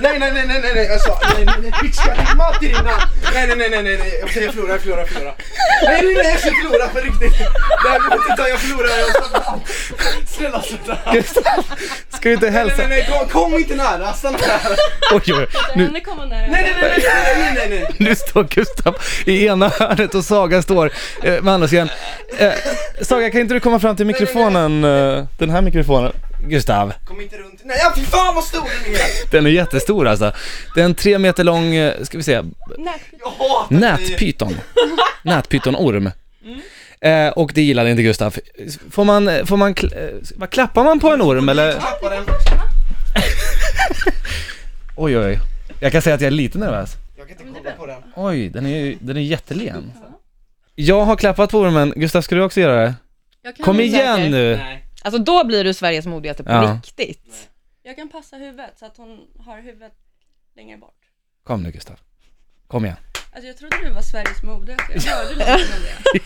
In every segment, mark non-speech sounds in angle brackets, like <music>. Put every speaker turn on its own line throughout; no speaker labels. Nej, nej, nej, nej, nej, nej, alltså, nej, nej, nej, bitch, jag fick mat i dina... Nej, nej, nej, nej, nej, nej, okej, jag förlorar, jag förlorar, jag förlorar. Nej, nej, nej, jag ska förlora på riktigt. Det här går inte, jag förlorar, jag stannar. Snälla sluta.
Ska du inte
Nej, nej,
hälsa?
nej, kom, kom inte nära, stanna här.
Oj, oj, oj.
Nu.
Nu,
Nu kommer nära.
Nej, nej, nej, nej, nej, nej, nej.
nu står Gustav i ena hörnet och Saga står eh, med andra sidan. Eh, Saga, kan inte du komma fram till mikrofonen? eh, Den här mikrofonen. Gustav.
Kom inte runt. Nej, ja, fy fan vad stor den är.
Den är jättestor alltså. Det är en tre meter lång, eh, ska vi se,
Nej.
Jag hatar dig.
nätpyton. Nätpytonorm. Eh, och det gillade inte Gustav. Får man, får man, kl- eh, vad klappar man på en orm eller?
Tappa den.
Oj, oj, oj. Jag kan säga att jag är lite nervös.
Jag kan inte kolla på den.
Oj, den är ju, den är jättelen. Jag har klappat på ormen, Gustav ska du också göra det?
Jag kan,
Kom igen nu!
Nej.
Alltså då blir du Sveriges modigaste på
Ja.
riktigt.
Jag kan passa huvudet så att hon har huvudet längre bort.
Kom nu Gustav. Kom igen.
Alltså jag trodde du var Sveriges modigaste, jag hörde lite om det.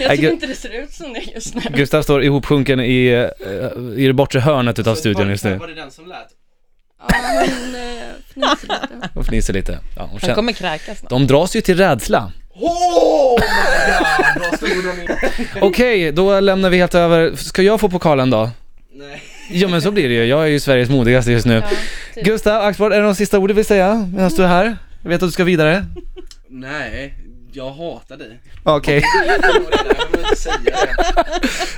Jag
Nej,
tycker
gud.
inte det ser ut som det just nu.
Gustav står ihopsjunken i, eh, i det bortre hörnet utav studion just nu
Var det den som lät?
Ja, hon eh, fnyser lite.
och fnyser lite. Ja, hon
Han
känner.
kommer kräkas snart.
De dras ju till
<laughs>
rädsla.
Oh my god, vad stor den är.
Okej, då lämnar vi helt över. Ska jag få pokalen då?
Nej.
Ja men så blir det ju, jag är ju Sveriges modigaste just nu.
Ja, typ.
Gustav Axborg, är det några sista ord du vill säga medan du är här? Jag vet att du ska vidare.
Nej, jag hatar dig.
Okej,
Jag vill inte säga det.